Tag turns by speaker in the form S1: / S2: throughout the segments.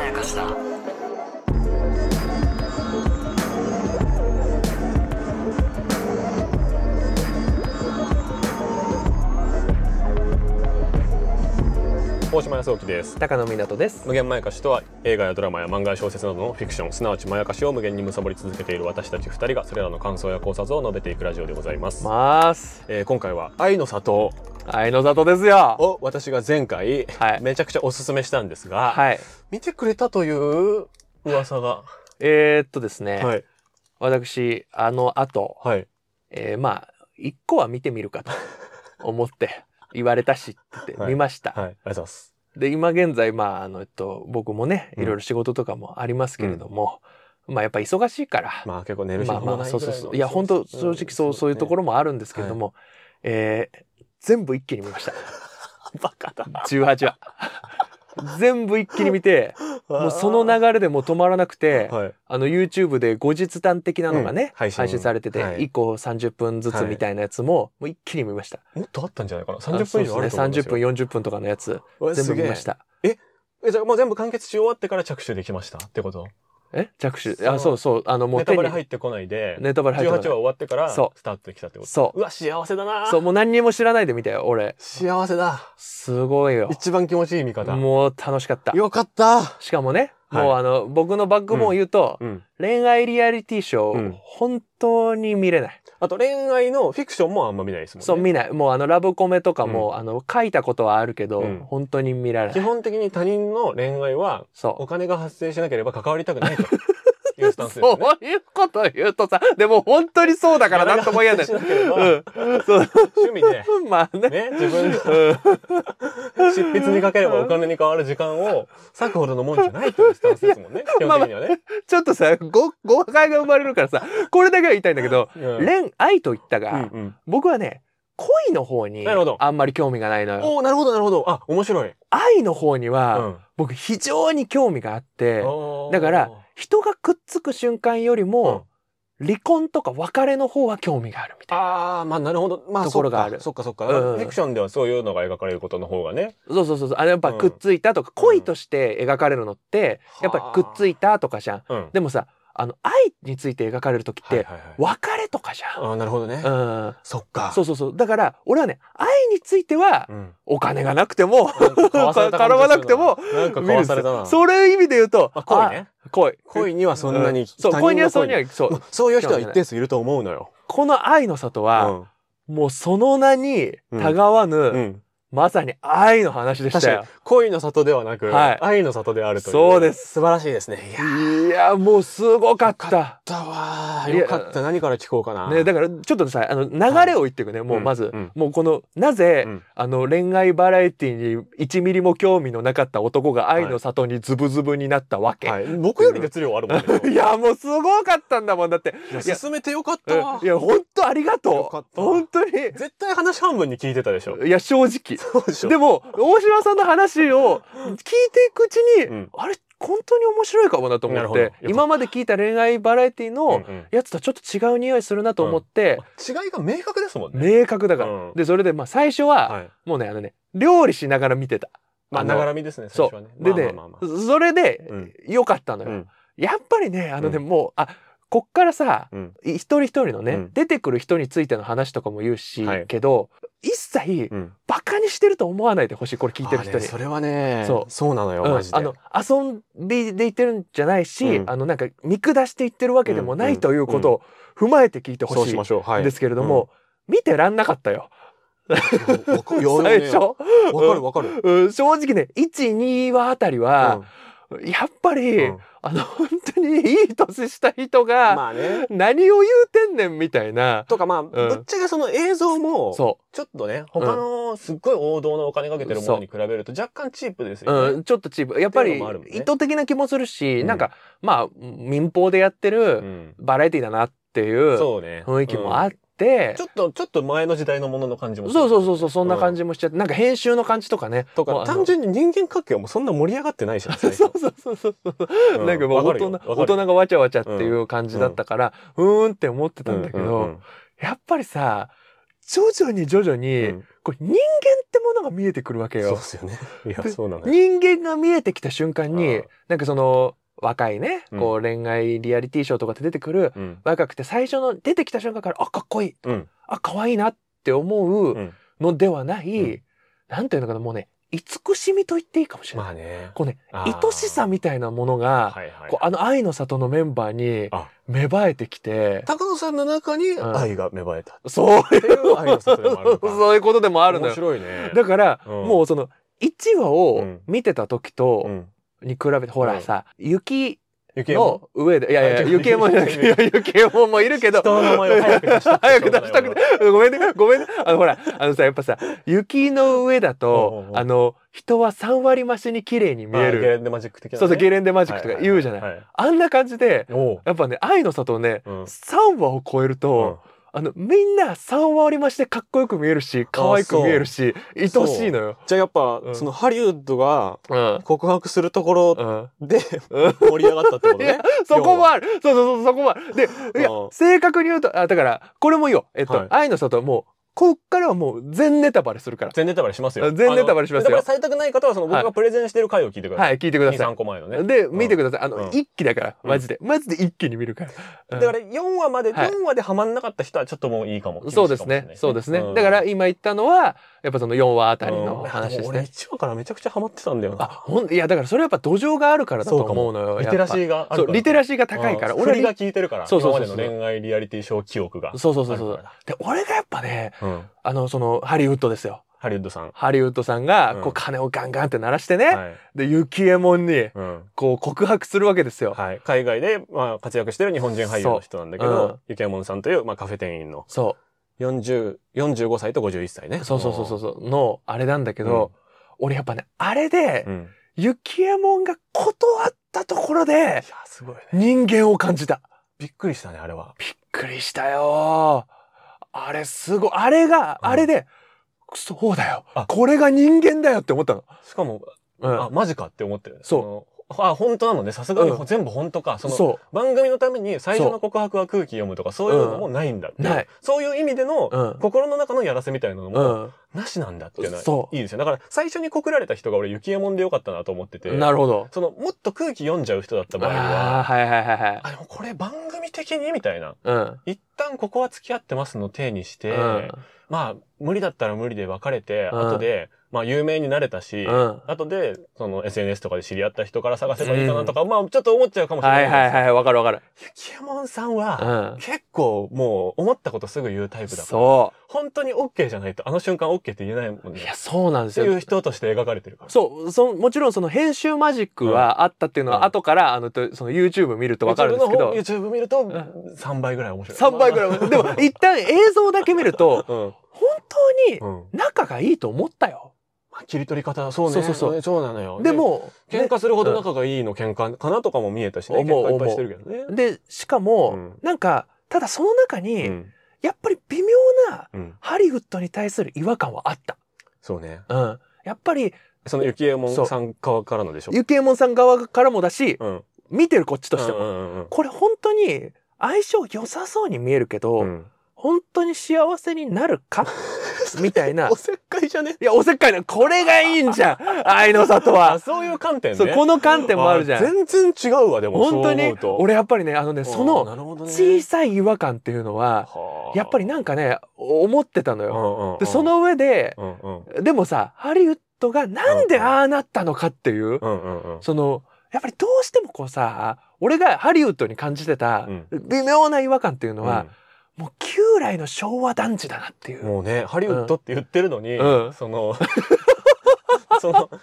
S1: やかしだ
S2: 大島康之です
S3: 高野湊です
S2: 無限まやかしとは映画やドラマや漫画や小説などのフィクションすなわちまやかしを無限に貪り続けている私たち二人がそれらの感想や考察を述べていくラジオでございます、
S3: ます
S2: えー今回は「愛の里
S3: 愛の里です」よ
S2: を私が前回、
S3: はい
S2: めちゃくちゃおすすめしたんですが、
S3: はい
S2: 見てくれたという噂が
S3: えー、っとですね、
S2: はい
S3: 私あの後、
S2: はい
S3: えー、まあ一個は見てみ るかと思って言われたしって言って
S2: はい
S3: 見ました、
S2: はいありがとうございます
S3: で今現在まああのえっと僕もね
S2: うん
S3: いろいろ仕事とかもありますけれども、まあやっぱ忙しいから、
S2: まあ結構寝る日
S3: ま
S2: も
S3: あ
S2: ないぐらいの、
S3: まあそうそうそういや本当正直そう、
S2: ん
S3: そういうところもあるんですけれども、えー全部一気に見ました
S2: バカだ
S3: 18話 全部一気に見てもうその
S2: 中
S3: 流れでもう止まらなくて、
S2: はい
S3: あの YouTube で後日談的なのがね、
S2: うん配
S3: 配
S2: 信
S3: 信されてて、
S2: はい
S3: 1個30分ずつみたいなやつも、もう一気に見ました。
S2: もっとあったんじゃないかな
S3: あ
S2: 30
S3: そう
S2: 分以
S3: です
S2: 上あると思うんです
S3: ね。30
S2: よ、
S3: 分、40分とかのやつ、
S2: 分
S3: 全部見ました。
S2: え、じゃあもう全部完結し終わってから着手できましたってこと
S3: え着手
S2: その
S3: あ、そうそう。あの、もう
S2: ネタバレ
S3: 手
S2: 入
S3: に
S2: ってこないで、
S3: ネタバレ入
S2: 18
S3: っ
S2: 話
S3: て
S2: 終
S3: こない
S2: わってから
S3: そう
S2: スタートできたってこと
S3: そう
S2: わ、幸せだな
S3: そう、もう何にも知らないで見たよ、俺。
S2: 幸せだ
S3: すごいよ。
S2: 一番気持ちいい見方。
S3: もう楽しかった。
S2: よかった
S3: しかもね、
S2: はい
S3: もうあの、僕のバックボーンを言うと、
S2: うん。
S3: 恋愛リアリティショー、
S2: うん
S3: 本当に見れない。
S2: あと恋愛のフィクションもあんま見ないですもんね。
S3: そう見ないもうあのラブコメとかも、あの書いたことはあるけど、
S2: うん
S3: 本当に見られな
S2: 基
S3: い
S2: 本的に他人の恋愛は
S3: そ
S2: お金が発生しなければ関わりたく ないという
S3: う
S2: スタンスです
S3: そ
S2: よ
S3: う
S2: ね。
S3: いうこと言うとさでも本当にそうだからなんとも言えない
S2: お金が発生しなければ
S3: うんそう
S2: 趣味で、
S3: まあね
S2: ね、自分で
S3: うん
S2: 執筆にかければお金に変わる時間を割くほどのもんじゃないというスタンスですもんね。基本的にはね。
S3: ちょっとさご誤解が生まれるからさこれだけは言いたいんだけど、
S2: うん
S3: 恋愛と言ったが、
S2: うんうん
S3: 僕はね恋の方に
S2: なるほど
S3: あんまり興味がないのよ
S2: おおなるほどなるほど。あ、面白い。
S3: 愛の方には、
S2: うん
S3: 僕非常に興味があって
S2: おー
S3: だから人がくっつく瞬間より
S2: う
S3: も、
S2: ん
S3: 離婚とか別れの方は興味があるみたい
S2: ああ、まあなるほど。まあ
S3: ところがある
S2: そっかそっかそっ
S3: う
S2: か、
S3: んうん
S2: フィクションではそういうのが描かれることの方がね。
S3: なそうそうそうそうあのやっぱ
S2: うん
S3: くっついたとか、恋として描かれるのって
S2: はあ
S3: やっぱりくっついたとかじゃん
S2: うん。
S3: でもさあの愛について描かれる時っ
S2: はい
S3: て
S2: はいはい。
S3: 別れとかじゃん、
S2: ああ、なるほどね。
S3: うん、
S2: そっか。
S3: そうそうそうだから俺はね愛については
S2: うん。
S3: お金がなくても
S2: なんか買わされた感じする
S3: 絡まなくても
S2: なんか買
S3: 見るん
S2: わ
S3: です
S2: された
S3: よ
S2: な。
S3: そういう意味で言うと
S2: あ、恋ね。
S3: あ恋
S2: 恋にはそんなに、
S3: うそう
S2: 他人の
S3: 恋にはそうにはそう
S2: うんそういう人は一定数いると思うのよ。
S3: この愛の里は、もうその名にたがわぬ、
S2: うん。うん。
S3: まさに愛の話でし
S2: 確
S3: た
S2: かに
S3: よ。
S2: 恋の里ではなく、
S3: はい
S2: 愛の里であるという。。
S3: そうです
S2: 素晴らしいですね。いや
S3: いやもうすごかった。
S2: だわー
S3: いや
S2: よかった。何から聞こうかな。
S3: ね、だからちょっとさあの流れを言っていくね、もうまず、
S2: うん
S3: もうこのなぜ、
S2: うん
S3: あの恋愛バラエティに1ミリも興味のなかった男が愛の里にズブズブになったわけ、
S2: はい。僕より熱量あるもん
S3: い、
S2: ね。
S3: やもうすごかったんだもんだって
S2: いや
S3: いや
S2: 進めてよかったわ
S3: うんい。や本当ありが
S2: よ
S3: と
S2: かっ
S3: う
S2: た
S3: 本当に
S2: 絶対話半分に聞いてたでしょ。
S3: いや正直
S2: そうでし
S3: でも大島さんの話を聞いていくうちに、
S2: うん
S3: あれ本当に面白いかもなと
S2: なる
S3: 思っ
S2: ほどよ
S3: て
S2: かった
S3: 今まで聞いた恋愛バラエティの、
S2: うんうん
S3: やつとはちょっと違う匂いするなと思って、
S2: 違いが明確ですもんね。
S3: 明確だから、
S2: うん
S3: でそれでまあ最初は、
S2: はい。
S3: もうねあのね料理しながら見てた
S2: まあ、
S3: あの
S2: ながらみですね、最
S3: そ
S2: 初はね。
S3: うでね
S2: まあまあまあまあ
S3: そそれで
S2: うん
S3: 良かったのよ、
S2: うん
S3: やっぱりねあのね、
S2: う
S3: もうあこっからさ
S2: うん
S3: い一人一人のね、
S2: うん
S3: 出てくる人についての話とかも言うし、
S2: はい
S3: けど一切
S2: うん
S3: バカにしてると思わないでほしいこれ聞いてる
S2: あ
S3: 人
S2: ーね
S3: に。
S2: それはね、そ
S3: そう
S2: なのよ、
S3: うん
S2: マジで。
S3: あの遊びで言ってるんじゃないし、
S2: うん
S3: あのなんか見下して言ってるわけでもな
S2: うん
S3: いということを踏まえて聞いて
S2: そ
S3: ほ
S2: う
S3: し
S2: し
S3: い
S2: ましょう。 はい。
S3: ですけれども、見てらんなかったよ
S2: うん、わかいや
S3: 最
S2: でもね
S3: 初、
S2: わかるわかる。
S3: うん正直ね12話あたりは、やっぱ
S2: うん
S3: り、
S2: うん
S3: あの本当にいい年した人が、
S2: まあね。
S3: 何を言うてんねんみたいな
S2: とかまあ、
S3: ん
S2: ぶっちゃけその映像も、
S3: そ
S2: ちょっとね、他のすっごい王道のお金かけてるものに比べると若干チープです
S3: う、
S2: よ
S3: う
S2: ね。
S3: ん、ちょっとチープやっぱ
S2: ってい
S3: り
S2: うのもあるもんね
S3: 意図的な気もするし、
S2: うん
S3: なんかまあ民放でやって
S2: う
S3: る
S2: ん
S3: バラエティだなっていう
S2: そうね。
S3: 雰囲気もあ
S2: っ
S3: ってて、
S2: ちょっと、ちょっと前の時代のものの感じもする
S3: そうそうそうそうそんな感
S2: じ。
S3: じもしちゃって、なんか編集の感じとかね
S2: と
S3: もう
S2: か、
S3: あの
S2: 単純に人間関係はもうそんな盛り上がってないじゃん。
S3: そ
S2: 最
S3: う
S2: 初
S3: そうそうそうそうなんかもう大人大人がわちゃわちゃっていう感じだったから、うーんって思ってたんだけど、やっぱりさ徐々に徐々に、
S2: うん
S3: これ人間ってものが見えてくるわけ
S2: そう
S3: よ
S2: で。すよね。いや、そうなのよ。
S3: 人間が見えてきた瞬間
S2: う
S3: に
S2: ん、
S3: なんかその、若いね、こう恋愛リアリティショーとかで出てくる、
S2: うん。
S3: 若くて最初の出てきた瞬間から、あ、かっこいい。
S2: うん。
S3: あ、可愛いなって思
S2: う
S3: うんのではない、
S2: うん
S3: なんていうのかな、もうね、慈しみと言っていいかもしれない。
S2: まあね。
S3: こうね、
S2: あー
S3: 愛しさみたいなものが、
S2: はいはい。
S3: こうあの愛の里のメンバーに
S2: あ
S3: 芽生えてきて、
S2: 高野さんの中に
S3: うん
S2: 愛が芽生えた。
S3: そう
S2: っていう愛の里でもあるのか。
S3: そういうことでもあるの
S2: 面
S3: よ。
S2: 白いね。
S3: だから、
S2: うん
S3: もうその、1話
S2: う
S3: を
S2: ん
S3: 見てた時
S2: う
S3: と、
S2: ん。
S3: に比べて、ほらさ、雪
S2: 雪山。
S3: の上で、いやい
S2: あ
S3: や、
S2: 違う
S3: 雪も、いや
S2: 雪山
S3: 雪ももいるけど、
S2: 人の名前を早く出したくて
S3: 早く出したくて、 ごめんね、ごめんね。あの、ほら、あのさ、やっぱさ、雪の上だ
S2: うんうん
S3: と
S2: う、ん
S3: あの、人は3割増しに綺麗に見
S2: あ
S3: え
S2: ゲ
S3: る。
S2: レンデマジック的なね。
S3: そうそう、
S2: レ
S3: ゲ
S2: ン
S3: レンデマジックとか言うじゃない。
S2: い。
S3: あんな感じで、
S2: おう。
S3: やっぱね、愛の里をね、
S2: うん
S3: 3話を超える
S2: うん
S3: と、あの、みんな3割増しでかっこよく見えるし、可愛く見えるし、愛
S2: そう
S3: しいのよ。
S2: じゃあやっぱ
S3: う、ん
S2: そのハリウッドが
S3: うん。
S2: 告白するところ
S3: うん。
S2: で盛り上がったってこと
S3: いや
S2: ね。、
S3: そこもある。そうそうそう、そこもある。で、いや
S2: うん、
S3: 正確に言うと、あ、だから、これもいいよ。えっと、
S2: はい
S3: 愛の里、もう、こっからはもう全ネタバレするから。
S2: 全ネタバレしますよ。
S3: あ全ネタバレしますよ
S2: あのネタバレされたくない方は、その僕
S3: は
S2: がプレゼンしてる回を聞いてくださ。
S3: はいい、聞いてくだ
S2: 2、
S3: さ
S2: 3個前のね
S3: い。。で、見てください。あ
S2: うん
S3: の、一気だから、
S2: うん
S3: マジで。マジで一気に見るから。うん
S2: だから4話まで、
S3: はい
S2: 4話でハマんなかった人はちょっともういいかも。厳しいか
S3: そ
S2: も
S3: うです
S2: しれない
S3: ね。そうですね。
S2: ん
S3: だから、今言ったのは、やっぱその4話あたり
S2: う
S3: の
S2: ん
S3: 話で
S2: も
S3: す
S2: 俺
S3: ね。
S2: 1話からめちゃくちゃハマってたんだよ
S3: あ、
S2: な。
S3: ほん、いや、だからそれはやっぱ土壌があるからだと思うのよ。
S2: リテラシー
S3: やっ
S2: があ
S3: ぱ。
S2: る
S3: そ
S2: か
S3: う、
S2: ら。
S3: リテラシーが高いから。
S2: 俺
S3: 俺
S2: が
S3: は、
S2: 聞いてるから。
S3: そうそうそう
S2: 今までの恋愛リアリティショー記憶が。
S3: そうそうそうそ
S2: ある
S3: う
S2: か。
S3: で、俺がやっぱね、
S2: らうん。
S3: あの、その、ハリウッドですよ。
S2: ハリウッドさん。
S3: ハリウッドさんが、
S2: うん
S3: こう、金をガンガンって鳴らしてね、
S2: はい。
S3: で、雪右衛門に、
S2: うん。
S3: こう、告白するわけですよ。
S2: はい。海外で、まあ、活躍してる日本人俳優の人なんだけ
S3: そうう
S2: ど
S3: ん、
S2: ゆきやもんさんという、まあ、カフェ店員の
S3: そ
S2: 40、45歳と51歳ね。
S3: う。そうそうそうそうそう。の、あれなんだけど、俺やっぱね、あれで
S2: う、ん。うん。い
S3: 雪右衛門が断ったところで
S2: や、、すごいね。
S3: 人間を感じた。
S2: びっくりしたね、あれは。
S3: びっくりしたよあれすごい。あれが、
S2: うん
S3: あれで、そうだよ
S2: あ。
S3: これが人間だよって思ったの。
S2: しかも、
S3: うん。
S2: あ、マジかって思ってる。。
S3: そう
S2: あ、本当なのね。さすがに、
S3: うん
S2: 全部本当か。その、
S3: そ
S2: 番組のために最初の告白は空気読むとか、そういうのもないんだって。
S3: うんない。
S2: そういう意味での、
S3: うん
S2: 心の中のやらせみたいなの
S3: う。
S2: も、
S3: う
S2: なしなんだっていうのは、
S3: そう
S2: いいですよ。だから、最初に告られた人が俺、雪右衛門でよかったなと思ってて、
S3: ん。なるほど。
S2: その、もっと空気読んじゃう人だった場合
S3: あ
S2: は、
S3: あー、はいはいはいはい。
S2: あ、でもこれ番組的にみたいな。
S3: うん。
S2: 一旦ここは付き合ってますの体にして、
S3: うん。
S2: まあ、無理だったら無理で別れて、
S3: うん
S2: 後で、まあ、有名になれたし、
S3: うん。
S2: 後で、その SNS とかで知り合った人から探せばいいかなとか、まあ、ちょっと思っちゃうかもしれな
S3: はいいはい
S2: い。
S3: はい、わかるわかる。
S2: ゆきえもんさん
S3: う
S2: は、
S3: ん。
S2: 結構もう思ったことすぐ言うタイプだから、
S3: そ
S2: 本当に OK じゃないと、あの瞬間 OK って言えないもん
S3: う。い
S2: ね。
S3: や、そうなんで
S2: っ
S3: す
S2: て
S3: よ。
S2: いう人として描かれてるから。
S3: そう、そのもちろんその編集マジックはあったっていうの
S2: うん
S3: は後から、あのとその YouTube 見るとわかるんですけど、
S2: YouTube の方 YouTube 見ると、
S3: ん
S2: 3倍ぐらい面白い。
S3: 3倍ぐら
S2: まあ
S3: い。でも一旦映像だけ見ると、
S2: うん。
S3: 本当に
S2: うん。
S3: 仲がいいと思ったよ。
S2: まあ、切り取り方、そうね。
S3: そうそうそう
S2: ねそうなのよ。
S3: でも、
S2: 喧嘩するほど仲がいいの喧嘩かなとかも見えたしね。
S3: 思う
S2: 喧嘩いっぱいしてるけどね。
S3: で、しかも、
S2: うん
S3: なんか、ただその中に、
S2: うん
S3: やっぱり微妙な
S2: うん。
S3: ハリウッドに対する違和感はあった。
S2: そうね。
S3: うん。やっぱり、
S2: その雪右衛門さん側からのでしょ。
S3: ゆきえもんさん側からもだし、
S2: うん。
S3: 見てるこっちとしても、
S2: うんうんうん
S3: これ本当に相性良さそうに見えるけど、
S2: うんうん。
S3: 本当に幸せになる かみたいな。
S2: おせっかいじゃね
S3: いや、おせっかいな。これがいいんじゃん。愛の里
S2: あ、
S3: は。
S2: そういう観点ね。
S3: そう、この観点もあるじゃん。
S2: 全然違うわ、でも。
S3: 本当
S2: そう
S3: に
S2: 思うと、
S3: 俺やっぱりね、あのね、その小さい違和感っていうのは、やっぱりなんかね、思ってたのよ。
S2: り
S3: で、そ、の上で、
S2: うんうん
S3: でもさ、ハリウッドがなんでああなったのかっていう、
S2: うんうんうん。
S3: その、やっぱりどうしてもこうさ、俺がハリウッドに感じてた
S2: うん
S3: 微妙な違和感っていうのは、もう旧来の昭和団地だなっていうう。
S2: んもうね、ハリウッドって言ってるのに、
S3: うん
S2: そ の、その、
S3: そう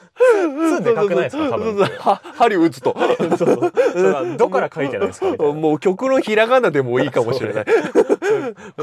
S2: ツーでかくないですか多分
S3: そうそうはハリウッズと。
S2: そうそうそれはどっから書いてないですかみたいな
S3: もう極論ひらがなでもいいかもし れない。
S2: カ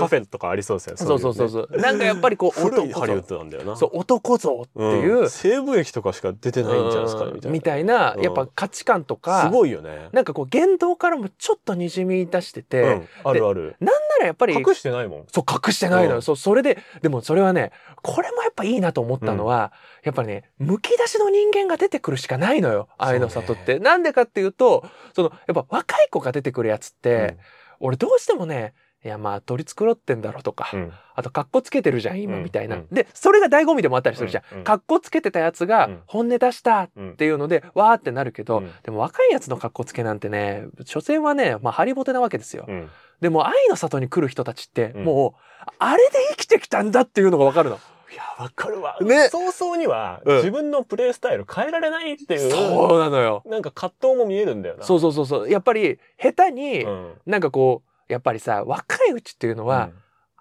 S2: フェとかありそうですよね。
S3: そうそうそう
S2: ういうね。
S3: そう。なんかやっぱりこう
S2: 古いハリウッ
S3: 男
S2: ドなんだよな。
S3: 像。そう男像っていう、
S2: ん西部駅とかしか出てないんじゃないですか
S3: うん
S2: みたいな。
S3: みたいな、
S2: うん
S3: やっぱ価値観とか
S2: すごいよね。
S3: なんかこう言動からもちょっとにじみ出してて、
S2: うん、あるある。
S3: ならやっぱり
S2: 隠してないもん。
S3: そう隠してないのよ、
S2: うん
S3: そうそれででもそれはねこれもやっぱいいなと思ったのは、やっぱねむき出しの人間が出てくるしかないのよ愛の里って、なんでかっていうとそのやっぱ若い子が出てくるやつって、俺どうしてもねいやまあ取り繕ってんだろとか、
S2: うん
S3: あとかっこつけてるじゃん今
S2: うん
S3: みたいな、
S2: うん
S3: でそれが醍醐味でもあったりするじゃん、
S2: うんうん
S3: かっこつけてたやつが
S2: うん
S3: 本音出したっ
S2: うん
S3: ていうので、わーってなるけど、
S2: うん
S3: でも若いやつのかっこつけなんてね所詮はねまあハリボテなわけですよ、
S2: うん
S3: でも愛の里に来る人たちって
S2: うん
S3: もう、あれで生きてきたんだっていうのがわかるの
S2: いやわかるわ、
S3: ね
S2: 早々には
S3: うん
S2: 自分のプレイスタイル変えられないっていう、
S3: そうなのよ
S2: なんか葛藤も見えるんだよな
S3: そううそうそうそうやっぱり下手に
S2: ん
S3: なんかこうやっぱりさ若いうちっていうのは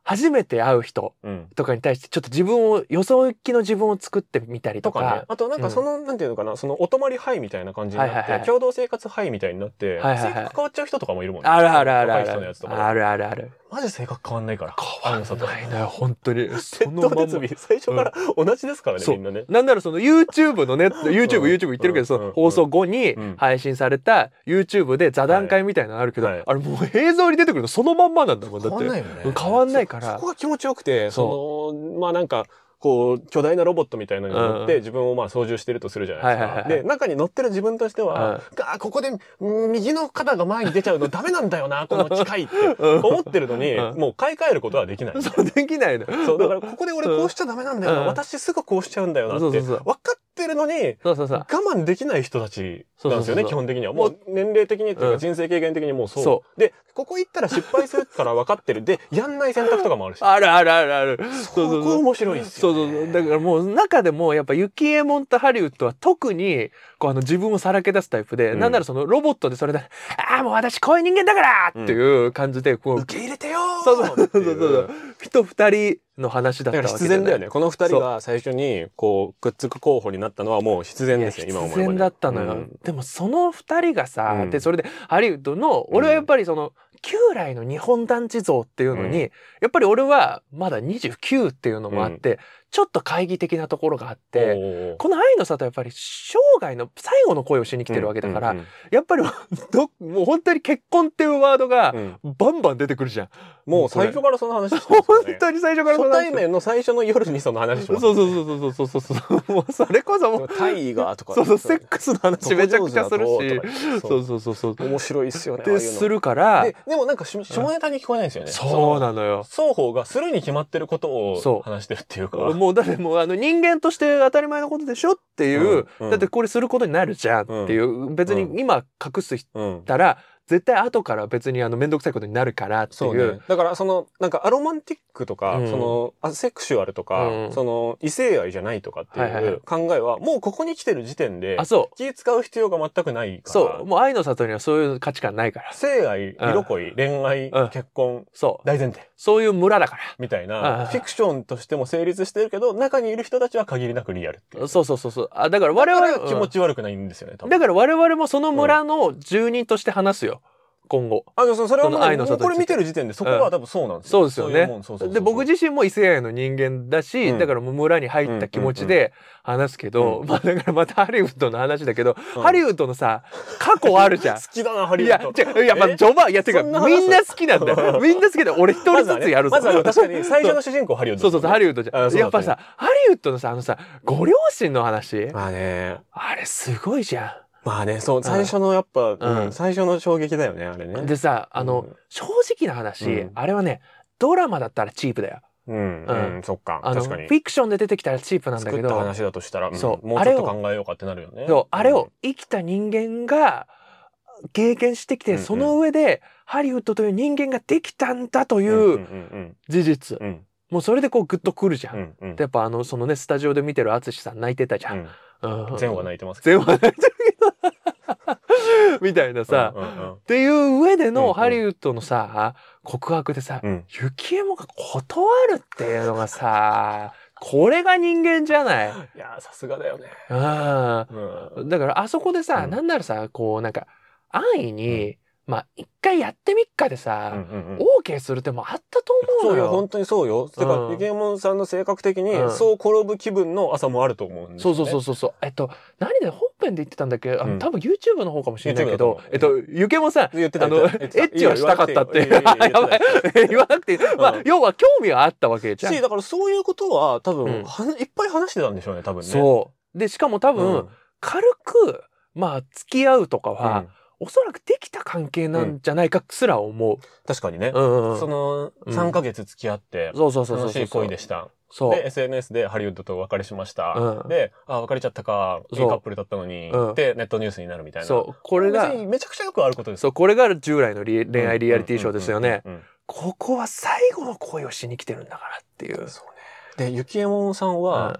S3: 初めて会う人
S2: うんうん
S3: とかに対してちょっと自分を予想行きの自分を作ってみたり
S2: と
S3: と
S2: か
S3: か
S2: ねあとなんかその、なんていうのかなそのお泊まりハイみたいな感じになって、
S3: はいはいはい
S2: 共同生活ハイみたいになって、
S3: はいはいはい
S2: 性格変わっちゃう人とかもいるもんね
S3: あるあるあるあ
S2: 若い人の
S3: る
S2: やつとか
S3: あるあるある
S2: マジ性格変わんないから
S3: 変わ
S2: あの
S3: ん
S2: 里
S3: ないのよ本当に
S2: 鉄
S3: その
S2: 道
S3: まん
S2: 鉄
S3: ま
S2: 尾最初から同じですからね、
S3: そう
S2: みんなね
S3: なんならその YouTube のね YouTube
S2: うん
S3: YouTube 言って
S2: う
S3: るけ
S2: ん
S3: どその
S2: うん
S3: 放送後に
S2: うん
S3: 配信された YouTube で座談会みたいなのあるけど
S2: はいはい
S3: あれもう映像に出てくるのそのまんまなんだもんだって
S2: いよ
S3: うん変わんないから
S2: そそこが気持ちよくて
S3: そ
S2: そのまあなんかこう巨大なロボットみたいなのに乗っ
S3: うんう
S2: て
S3: ん
S2: 自分をまあ操縦してるとするじゃないです
S3: はいは
S2: か。
S3: いはいはい
S2: で中に乗ってる自分としては、あここでうん右の肩が前に出ちゃうのダメなんだよなこの近いって
S3: うん
S2: 思ってるのに、
S3: うん
S2: もう買い替えることはできない。
S3: そうできないの
S2: そうだからここで俺こうしちゃダメなんだよな、
S3: うん
S2: 私すぐこうしちゃうんだよなって
S3: そうそう
S2: 分
S3: そう
S2: かってるのに
S3: そうそうそう
S2: 我慢できない人たちなんです
S3: そうそうそ
S2: よ
S3: うそ
S2: ね
S3: う
S2: 基本的にはもう年齢的にという
S3: う
S2: か
S3: ん
S2: 人生経験的にもうそう,、
S3: そ
S2: でここ行ったら失敗するから分かってるでやんない選択とかもあるし
S3: あるあるあるあるそうそう
S2: ここ
S3: そう
S2: 面白いんです
S3: そう
S2: よ、
S3: そ
S2: ね、
S3: うそうだからもう中でもやっぱユキエモンとハリウッドは特にこうあの自分をさらけ出すタイプで、
S2: うん
S3: なんならそのロボットでそれで「ああもう私こういう人間だから!」っていう感じでこう、
S2: 受け入れてよー
S3: そうそうそうそ
S2: っ
S3: う
S2: てい
S3: そう人二人の話だ
S2: だ
S3: った
S2: か
S3: わ
S2: ら
S3: け
S2: 必然だよ
S3: ね。
S2: ねこの二人が最初にこうくっつく候補になったのはもう必然
S3: い
S2: で
S3: や
S2: す
S3: 必
S2: ね今思えばね
S3: 然だったのよ、
S2: うん
S3: でもその二人がさ、
S2: うん
S3: でそれでハリウッドの俺はやっぱりその旧来の日本団地像っていうのに、
S2: うん
S3: やっぱり俺はまだ29っていうのもあって、ちょっと懐疑的なところがあって、
S2: おー
S3: この愛の里はやっぱり生涯の最後の恋をしに来てるわけだから、
S2: うんうん
S3: やっぱり どもう本当に結婚っていうワードが
S2: うん
S3: バンバン出てくるじゃん。
S2: もう最初からその話ですよね
S3: 本当に最初からそ
S2: 初
S3: の
S2: 対面の最初の夜にその話し
S3: そう
S2: ます
S3: そうそうそうそうそうそうもうそれこそもう
S2: 大イがとか
S3: そうそうセックスの話めちゃくちゃする
S2: 男上手
S3: し
S2: だととか言って
S3: そうそうそうそう
S2: 面白いっすよね
S3: っ
S2: ああい
S3: て
S2: うの
S3: するから
S2: ででもなんかし下ネタに聞こえないですよね、
S3: そう
S2: の
S3: なのよ
S2: 双方がするに決まってること
S3: そ
S2: を
S3: う
S2: 話してるっていうか
S3: もうだってもうあの人間として当たり前のことでしょっていう、
S2: うんうん
S3: だってこれすることになるじゃんっていう、別に今隠す人
S2: うん
S3: たら絶対後から別にあの面倒くさいことになるからってい
S2: そう
S3: う
S2: ね、だからそのなんかアロマンティックとか、
S3: うん
S2: そのアセクシュアルとか、
S3: うん
S2: その異性愛じゃないとかって
S3: はいはい
S2: い
S3: は
S2: う考えはもうここに来てる時点で
S3: あそう
S2: 気使う必要が全くないから
S3: そうもう愛の里にはそういう価値観ないから
S2: 性愛色恋、恋愛、
S3: うん
S2: 結婚
S3: そう
S2: 大前提
S3: そういう村だか
S2: みたい
S3: あ
S2: な
S3: あ
S2: フィクションとしても成立してるけど中にいる人たちは限りなくリアルっていう
S3: らそうそうそうそうあだから我
S2: だから
S3: 々
S2: 気持ち悪くないんですよね多
S3: うん
S2: 分
S3: だから我々もその村の住人として話すよ今後
S2: あのそそれはもう
S3: その愛の
S2: も
S3: 里
S2: うこれ見てる時点でそこは多分そうなんですよ、
S3: そうですよね
S2: いもんそうそうそう
S3: で僕自身も異性愛の人間だし、
S2: うん
S3: だからもう村に入った気持ちで話すけど、
S2: うん
S3: まあだからまたハリウッドの話だけど、
S2: うん
S3: ハリウッドのさ過去あるじゃ ん
S2: 好きだなハリ
S3: い
S2: ウ
S3: や
S2: ッド
S3: 違ういやまあ
S2: え
S3: 序盤いやてか
S2: そんな話
S3: みんな好きなん だよみんな好きだよ俺一人ずつやるぞ、
S2: まずはね、まずは 確かに最初の主人公ハリウッ
S3: そ
S2: ド
S3: うそうそう
S2: ハ
S3: ハリウッドじゃ
S2: あ
S3: ん
S2: そうだ
S3: やっぱさハリウッドのさあのさご両親の話
S2: まあね
S3: あれすごいじゃ
S2: まあねそう最初のやっぱ、
S3: うん
S2: うん最初の衝撃だよねあれね
S3: んでさあの、
S2: うん
S3: 正直な話、
S2: うん
S3: あれはねドラマだったらチープだよ
S2: うんう、
S3: うんん
S2: そっか
S3: あの
S2: 確
S3: フ
S2: かに
S3: ィクションで出てきたらチープなんだ
S2: 作
S3: け
S2: っ
S3: ど
S2: た話だとしたら、うん
S3: そう
S2: もうちょっと考えようかってなるよね
S3: そうあれを生きた人間が経験してきて、
S2: うんうん
S3: その上でハリウッドという人間ができたんだとい
S2: うんうんう
S3: うん事実、
S2: うんうん
S3: もうそれでこうグッとくるじゃん。
S2: うんうん
S3: でやっぱあのそのねスタジオで見てる淳さん泣いてたじゃん。
S2: うん
S3: 全
S2: 善は
S3: な
S2: 泣
S3: い。
S2: いてますけ
S3: 全話泣いてるけど みたいな
S2: ど
S3: さ、
S2: うんうん
S3: っていう上
S2: う
S3: で
S2: んうん
S3: のハリウッドのさ告白でさ、
S2: うんうん
S3: ユキエモが断るっていうのがさこれが人間じゃない。
S2: いやーさすがだよね
S3: うん
S2: うん
S3: だからあそこでさ、
S2: うん
S3: なんならさこうなんか安易に、まあ一回やってみっかで
S2: うん
S3: さ、
S2: うんうん
S3: OK する手もあったと思
S2: そうう
S3: の
S2: よ、
S3: よ。
S2: 本当にそうよ。だか
S3: う
S2: ら、
S3: ん
S2: イケモンさんの性格的に
S3: う、ん
S2: そう転ぶ気分の朝もあると思うんです
S3: そう
S2: よ
S3: そう
S2: ね。
S3: そうそうそうえっと何で本編で言ってたんだっけあの、
S2: うん
S3: 多分 YouTube の方かもしれないけ
S2: YouTube
S3: ど
S2: だと思う
S3: えっとゆけもさん
S2: 言ってた
S3: あの
S2: 言
S3: エ
S2: ってた
S3: ッチはしたかったって
S2: い
S3: い
S2: いうよ
S3: や
S2: 言わなくていいよ
S3: ばい言わなくていい、まあ
S2: うん
S3: 要は興味はあったわけじゃん、
S2: し、だからそういうことは多
S3: う
S2: 分、
S3: ん
S2: はないっぱい話してたんでしょうね、多分ね。
S3: そうでしかも
S2: う
S3: 多
S2: ん。
S3: 分、軽くまあ付き合うとか
S2: うん
S3: は、おそらくできた関係なんじゃないかすら思う。
S2: 確かにね
S3: う。んうん
S2: その、
S3: うん
S2: 3ヶ月付き合って、
S3: そうそうそうそう
S2: 楽し
S3: そう。
S2: い恋でした。
S3: そう。
S2: で、SNS でハリウッドとお別れしました。
S3: うん
S2: で、あ、別れちゃったか、いい
S3: そう
S2: カップルだったのに、
S3: うん
S2: で、ネットニュースになるみたいな。
S3: そう。これが
S2: 別、にめちゃくちゃよくあることです
S3: そう、これが従来のリ恋愛リアリティショーですよね。。
S2: うんうんうん
S3: ここは最後の恋をしに来てるんだからっていう。
S2: そうね。で、ゆきえもんさんは、
S3: うん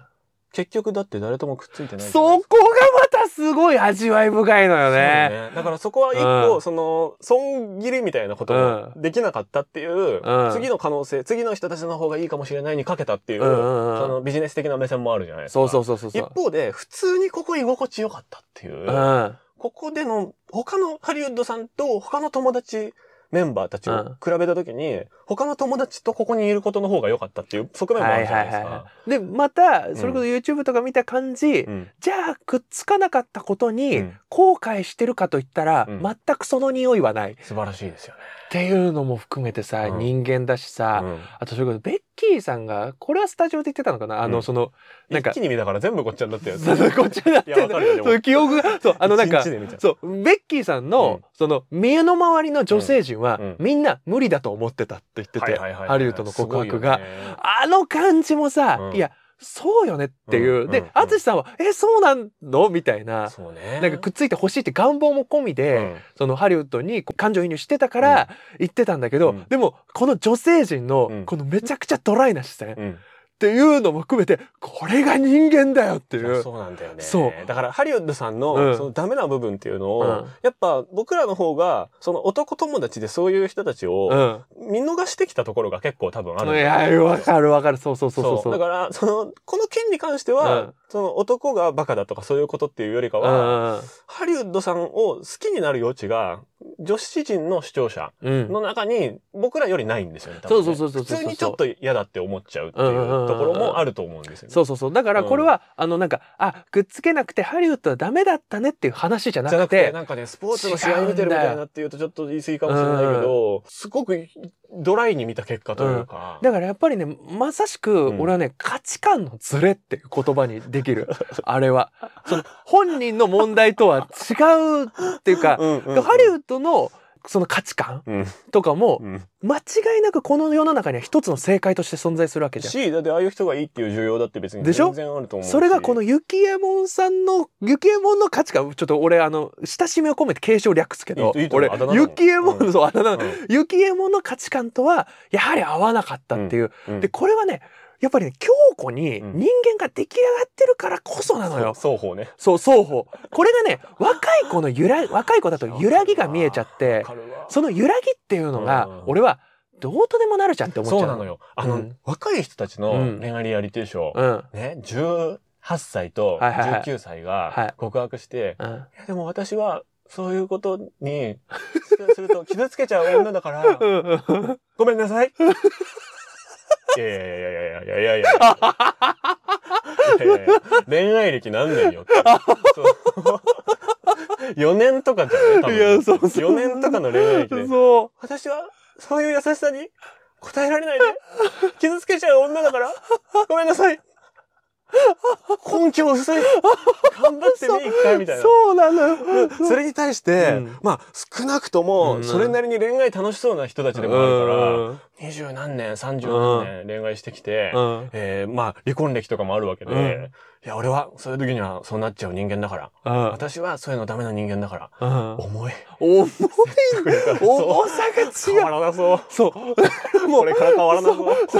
S2: 結局だって誰ともくっついてないじ
S3: そ
S2: ゃ
S3: こ
S2: ない
S3: が
S2: ですか。
S3: またすごい味わい深いのよ
S2: そう
S3: ね。
S2: ね。だからそこは一
S3: う
S2: 個、
S3: ん
S2: その、損切りみたいなことができなかったっていう
S3: う、ん
S2: 次の可能性、次の人たちの方がいいかもしれないにかけたっていう
S3: う、んう
S2: そ
S3: んうん
S2: のビジネス的な目線もあるじゃないですか。
S3: そうそうそうそうそ
S2: 一
S3: う。
S2: 方で、普通にここ居心地よかったっていう
S3: う、ん。
S2: ここでの他のハリウッドさんと他の友達メンバーたち
S3: う
S2: を
S3: ん
S2: 比べた時に、他の友達とここにいることの方が良かったっていう側面もあるじゃないです
S3: はいはいはい
S2: か。
S3: で、また、それこそ YouTube とか見た感じ、
S2: うん
S3: じゃあくっつかなかったこと
S2: う
S3: に
S2: ん
S3: 後悔してるかといったら、
S2: うん
S3: 全くその匂いはないっ
S2: 素晴らしいですよね。
S3: ていうのも含めてさ、
S2: うん
S3: 人間だしさ、あとそれこそベッキーさんがこれはスタジオで言ってたのかなあ
S2: う
S3: の
S2: ん
S3: そ
S2: う
S3: の、
S2: ん、
S3: なんか
S2: 一気に見たから全部こっちゃになったやつ。
S3: そうそうこっちになって
S2: いやわかるよでも
S3: そう記憶がそうあのなんか
S2: 一日で見ちゃう
S3: そうベッキーさんの、
S2: うん
S3: その目の周りの女性陣は、
S2: うん
S3: みんな無理だと思ってたって言ってて、
S2: はいはいはいはい
S3: ハリウッドの告白が、
S2: すごいよね
S3: あの感じもさ、
S2: うん
S3: いやそうよねっていう、
S2: うんう
S3: で
S2: ん
S3: 淳さんは「えそうなんの?」みたいな
S2: そうね。
S3: なんかくっついてほしいって願望も込みで、そのハリウッドにこう感情移入してたから言ってたんだけど、
S2: うん
S3: でもこの女性陣
S2: う
S3: の
S2: ん
S3: このめちゃくちゃドライな視線っ
S2: うん、うん
S3: ていうのも含めてこれが人間だよってい
S2: いや
S3: う。
S2: そうなんだよね。
S3: そう
S2: だからハリウッドさん
S3: う
S2: の
S3: ん
S2: そのダメな部分っていうのを、
S3: うん
S2: やっぱ僕らの方がその男友達でそういう人たち
S3: う
S2: を
S3: ん、
S2: 見逃してきたところが結構多分あるん
S3: い
S2: だよね
S3: やわかるわかるそうそうそうそうそう
S2: だからそのこの件に関しては、
S3: うん
S2: その男がバカだとかそういうことっていうよりか
S3: う
S2: は、
S3: ん
S2: ハリウッドさんを好きになる余地が女子人の視聴者
S3: うんうん
S2: の中に僕らよりないんですよね。多分
S3: そう
S2: ね
S3: そうそうそうそう
S2: 普通にちょっと嫌だって思っちゃうっていう
S3: うんうんうんうん
S2: ところもあると思うんですよね。
S3: そうそうそうだからこれは、あのなんかあくっつけなくてハリウッドはダメだったねっていう話じゃな
S2: じゃな
S3: く
S2: くて、
S3: て
S2: なんかね、スポーツの試合見てるみたいなっていうとちょっと言い過ぎかもしれないけど、すごくドライに見た結果というか。
S3: だからやっぱりねまさしく
S2: うん
S3: 俺はね、価値観のズレっていう言葉に できるあれはその本人の問題とは違うっていうか、
S2: うんうんうん
S3: ハリウッドのその価値観
S2: うん
S3: とかも
S2: うん
S3: 間違いなくこの世の中には一つの正解として存在するわけじゃん。
S2: し、だってああいう人がいいっていう需要だって別に
S3: でしょ
S2: 全然あると思うし
S3: それがこの、雪右衛門さんの雪右衛門の価値観ちょっと俺あの親しみを込めて継承略すけど
S2: いいいいと思う
S3: 俺
S2: あだ名だもん
S3: 雪右衛門
S2: う
S3: のそうあだ名
S2: うん
S3: 雪右衛門の価値観とはやはり合わなかったっていう、
S2: うん
S3: でこれはねやっぱりね強固に人
S2: うん
S3: 間が出来上がってるからこそなのよ。
S2: そう双方ね。
S3: そう双方これがね若い子の揺ら若い子だと揺らぎが見えちゃって
S2: わかるわ
S3: その揺らぎっていうの
S2: うん
S3: が俺はどうとでもなるじゃんって思っ
S2: そ
S3: ち
S2: う
S3: ゃう
S2: なのよ。あの、
S3: うん
S2: 若い人たちの恋愛リアリティショー、
S3: うん
S2: ね、18歳と
S3: はいはいはい
S2: 19歳
S3: は
S2: が
S3: い
S2: 告白して、
S3: うん
S2: いやでも私は、そういうことに、すると傷つけちゃう女だから、ごめんなさい。いやいやいやいやいやいやいやいやいやいやいや。恋愛歴何年よって。4年とかじゃない多分
S3: いやそうそうそう
S2: 4年とかの恋愛歴で。
S3: そう
S2: 私は、そういう優しさに応えられないで、傷つけちゃう女だから、ごめんなさい。根拠薄い。頑張ってね、一回みたいな。
S3: そうなのよ。
S2: それに対して、
S3: うん
S2: まあ少なくと
S3: う
S2: も
S3: ん
S2: それなりに恋愛楽しそうな人たちでもあるから二十、何年三十何年恋愛してきて、
S3: うんうん
S2: えーまあ離婚歴とかもあるわけで、
S3: うん
S2: いや俺はそういう時にはそうなっちゃう人間だから私はそういうのダメな人間だから
S3: うん
S2: 重い
S3: 重い
S2: そう
S3: 重さが違う。
S2: 変わらなそう
S3: そう。も
S2: こ
S3: う
S2: れから変わらなそう
S3: そ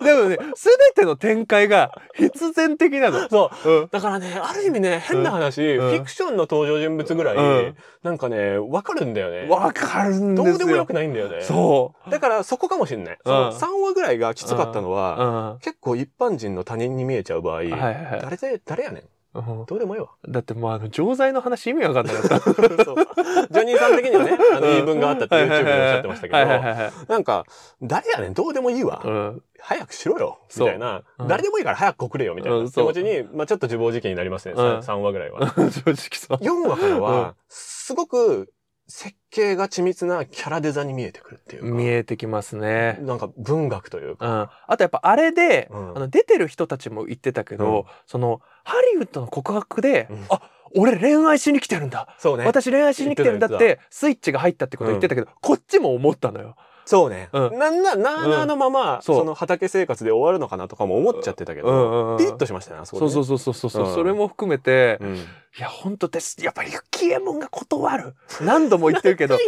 S3: うでもね全ての展開が必然的なの。
S2: そう
S3: うん
S2: だからねある意味ね変な話、
S3: うん
S2: フィクションの登場人物ぐらい、
S3: うん
S2: なんかねわかるんだよね
S3: わかるんです
S2: ど
S3: よ。
S2: うでもよくないんだよね
S3: そ
S2: だからそこかもしんない、その3話ぐらいがきつかったのは
S3: う。、うん。
S2: 結構一般人の他人に見えちゃう場合、
S3: はいはいは
S2: 誰で、誰やねん
S3: いうん。
S2: どうでもいいわ。
S3: だってもうあの錠剤の話意味わかんなかった。
S2: そう ジョニーさん的にはね、あの言い分があったって YouTube でおっしゃってました
S3: はいはい
S2: け
S3: はいはい。
S2: ど、なんか、誰やねんどうでもいいわ。
S3: うん
S2: 早くしろよ。み
S3: そう
S2: たいな、
S3: うん
S2: 誰でもいいから早く告れよ。みたいうなん気
S3: そ
S2: 持
S3: う
S2: ちに、まあちょっと自暴自棄になりますね。
S3: う
S2: さ
S3: ん
S2: 3話ぐらいは。
S3: 正直そう。
S2: 4話から
S3: う
S2: は、すごく設計が緻密なキャラデザに見えてくるっていうか。
S3: 見えてきますね。
S2: なんか文学という
S3: う
S2: か。
S3: ん、あとやっぱあれで、
S2: うん
S3: あの出てる人たちも言ってたけ
S2: う
S3: ど、
S2: ん
S3: そのハリウッドの告白で、
S2: うん
S3: あ俺恋愛しに来てるんだ。
S2: そうね。
S3: 私恋愛しに来てるんだっ
S2: 言って
S3: て、スイッチが入ったってこと言ってたけど、こっちも思ったのよ。
S2: そうね。
S3: う
S2: なんな、なあなあのまま、
S3: んそう
S2: その畑生活で終わるのかなとかも思っちゃってたけ
S3: うんう
S2: ど、
S3: んうん
S2: ピリッとしましたね、あそこ
S3: そう
S2: でね
S3: そうそうそうそうそう、
S2: うん
S3: それも含めて、
S2: うん。
S3: いや本当ですやっぱりユキエモンが断る何度も言ってる けどで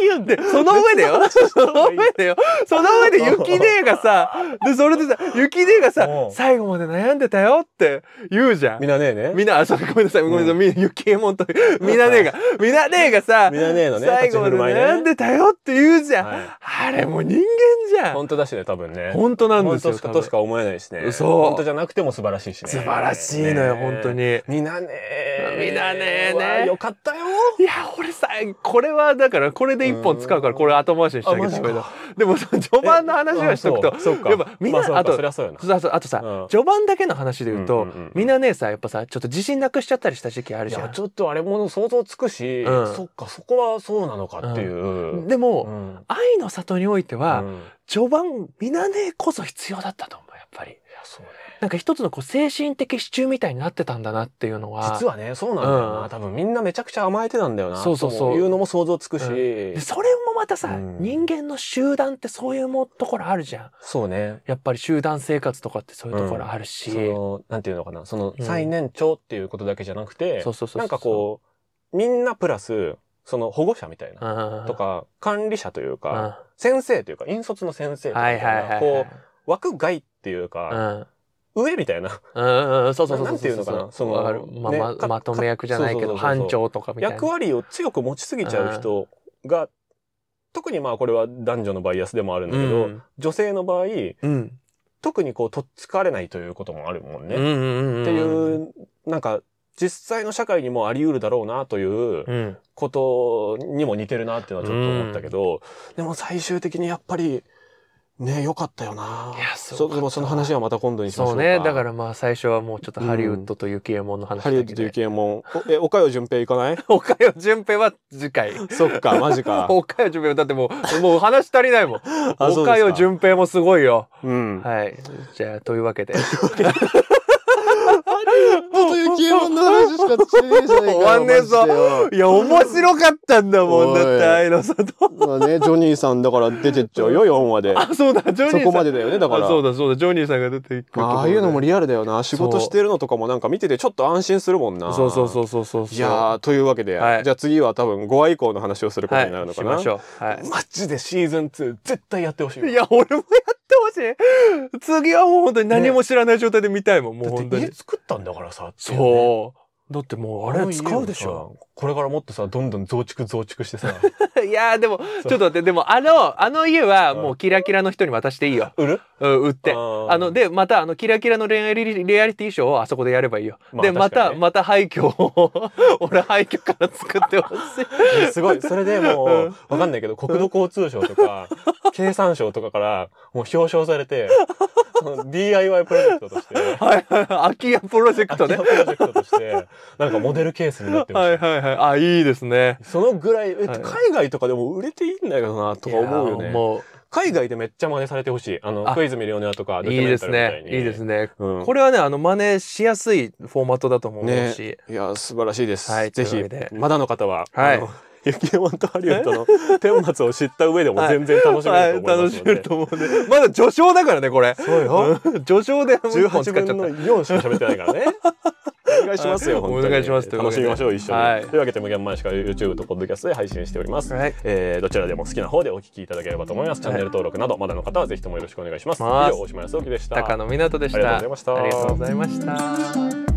S3: その
S2: の上
S3: 上
S2: で
S3: でよ
S2: よ
S3: その上でよその上でユキ姉がさでそれでさユキ姉がさ
S2: うん
S3: 最後まで悩んでたよって言うじゃん
S2: み。んなねえね。
S3: みんな、あ、そう、ごめんなさい、ごめんなさい、み、ゆきえも んと、みなねえが、みなねえがさ、
S2: みなねえのね、
S3: 最後まで悩ん
S2: ね。
S3: でたよって言うじゃん。
S2: はい
S3: あれもう人間じゃん。
S2: 本当だしね、多分ね。
S3: 本当なんで
S2: 本
S3: すよ。
S2: 当しか
S3: 多
S2: と
S3: 分
S2: しか思えないしね。
S3: 嘘
S2: 本当じゃなくても素晴らしいしね。
S3: 素晴らしいのよ、
S2: ね
S3: 本当。に。
S2: みなねえ。
S3: みなねえね
S2: わよかったよ。
S3: いや、俺さ、これはだから、これで一本使うから、
S2: うん
S3: これ後回しにしてあげてダメだ。。でも、その序盤の話はしとくと
S2: え。そうそうか。
S3: やっぱみんな
S2: まあそうか
S3: あと
S2: そりゃそうよな。
S3: そうあとあとさ、
S2: うん
S3: 序盤だけの話で言うと、
S2: うんうんうんうん
S3: みな姉さんやっぱさちょっと自信なくしちゃったりした時期ある
S2: い
S3: じゃ
S2: や
S3: ん
S2: ちょっとあれも想像つくし、
S3: うん
S2: そっかそこはそうなのかっていう。
S3: でも、
S2: うん
S3: 愛の里においては、
S2: うんい
S3: 序盤みな姉こそ必要だったと思うやっぱり
S2: やそうね
S3: なんか一つのこう精神的支柱みたいになってたんだなっていうのは
S2: 実はねそうなんだよな、
S3: うん
S2: 多分みんなめちゃくちゃ甘えてたんだよな
S3: そうそうそう
S2: というのも想像つくし、
S3: うでそれもまたさ、
S2: うん
S3: 人間の集団ってそういうもところあるじゃん
S2: そうね
S3: やっぱり集団生活とかってそういうところあるし、
S2: そのなんていうのかなその
S3: うん
S2: 最年長っていうことだけじゃなくて、
S3: そうそうそうそう
S2: なんかこうみんなプラスその保護者みたいな、
S3: うん
S2: とか管理者という
S3: うん
S2: か、先生というか引率の先生とか、
S3: はいはいはい
S2: こ
S3: は
S2: う枠外っていうか、
S3: い
S2: 上みたいな
S3: うんうんそうそうそうそう
S2: なんていうのかなその
S3: わかるまあ
S2: ね
S3: ま
S2: か
S3: まとめ役じゃないけど
S2: そうそうそうそう
S3: 班長とかみたいな
S2: 役割を強く持ちすぎちゃう人が、特にまあこれは男女のバイアスでもあるんだけど、女性の場合
S3: うん
S2: 特にこうとっつかれないということもあるもんね、
S3: うん
S2: っ
S3: うんうん
S2: ていうなんか実際の社会にもあり得るだろうなという
S3: うん
S2: ことにも似てるなっていうのはちょっと思ったけど、でも最終的にやっぱりね良かったよない
S3: やそう
S2: そでもその話はまた今度にしましょう
S3: そう
S2: か
S3: ねだからまあ最初はもうちょっとハリウッドと雪右衛門の話
S2: ハリウッドという
S3: 雪
S2: 系もえ岡谷純平行かない
S3: 岡山純平は次回
S2: そっかマジ か
S3: 岡谷純平はだってもうもう話足りない もん
S2: あそうですか
S3: 岡谷純平もすごいよ
S2: うん
S3: はいじゃあというわけで
S2: という消え物の話しかしてねえじゃねえかよ。
S3: 終わんねえぞ
S2: マジでよ
S3: いや面白かったんだもん
S2: おい
S3: だって愛の里
S2: まあね、ジョニーさんだから出てっちゃうよ、4話で。
S3: あそうだジョニーさ
S2: そ
S3: ん
S2: こまでだよね、だから。
S3: あそうだそうだジョニーさんが出ていく
S2: まあ、ああいうのも
S3: リ
S2: リアルだよな。仕事してるのとかもなんか見ててちょっと安心するもんな。
S3: そうそうそうそうそうそう
S2: いやー、というわけで、
S3: はい
S2: じゃあ次は多分5話以降の話をすること
S3: は
S2: になる
S3: い
S2: の
S3: し
S2: かな。
S3: ましょうは
S2: マジでシーズン2絶対やってほしいわ。
S3: いいや俺もやってほしい次はもう本当に何も知らない状態で見たいもん、もう
S2: だっ
S3: 本
S2: て
S3: 当
S2: 家
S3: に
S2: 作ったんだからさ。っていね
S3: そうだってもうあれ使うでしょ。
S2: これからもっとさ、どんどん増築増築してさ。
S3: いやーでもちょっ
S2: う
S3: と待ってでもあのあの家はもうキラキラの人に渡していいよ、
S2: 売る
S3: うん、売って
S2: あー
S3: あのでまたあのキラキラの恋愛リリアリティショーをあそこでやればいいよ、
S2: まあ
S3: でま
S2: 確か
S3: た
S2: にね
S3: また廃墟を 俺廃墟から作ってほしい
S2: すごい。それで
S3: うん
S2: もう、わかんないけど、国土交通省と か、経産省とかから、もう表彰されて、その DIY プロジェクトとして、
S3: はいはいはい空き家プロジェクト
S2: 空き
S3: ね
S2: 家プロジェクトとして、なんかモデルケースになってま
S3: は
S2: し
S3: いはいはい。あ、いいですね。
S2: た。そのぐらい、えっと
S3: はい
S2: 海外とかでも売れていいんだけどな、とか思うよ
S3: いや
S2: ね。
S3: も
S2: 海外でめっちゃ真似されてほしい。あの、
S3: あ
S2: クイズミリオネアとか、
S3: う、いいですね。いいですね。これはね、あの、真似しやすいフォーマットだと思うし。
S2: ねれ。いや、素晴らしいです。
S3: はい
S2: ぜ
S3: とい
S2: ひ
S3: うわけで、
S2: まだの方は、
S3: はい
S2: あの雪山とハリウッドの顛末を知った上でも全然楽し
S3: は
S2: める
S3: い、
S2: と思いま
S3: 楽
S2: す
S3: し
S2: の
S3: め
S2: で
S3: る。と思うね。まだ序章だからね、これ。
S2: そうよ。
S3: うん序章でもう一本
S2: 18
S3: 使っち
S2: 分
S3: ゃっ
S2: の
S3: た。
S2: 4しか喋ってないからね。お願いしますよ、
S3: はい
S2: 本当に
S3: お願いしますというわ
S2: 楽し
S3: けで
S2: みましょう、一緒に。
S3: はい
S2: というわけで、無限前しか YouTube と Podcast で配信しております。
S3: はい
S2: えーどちらでも好きな方でお聞きいただければと思います。チャンネル登録など、まだの方はぜひともよろしくお願いします。以
S3: ます
S2: 上、大島康之でした。
S3: 高野湊斗でした。
S2: ありがとうございました
S3: ありがとうございました。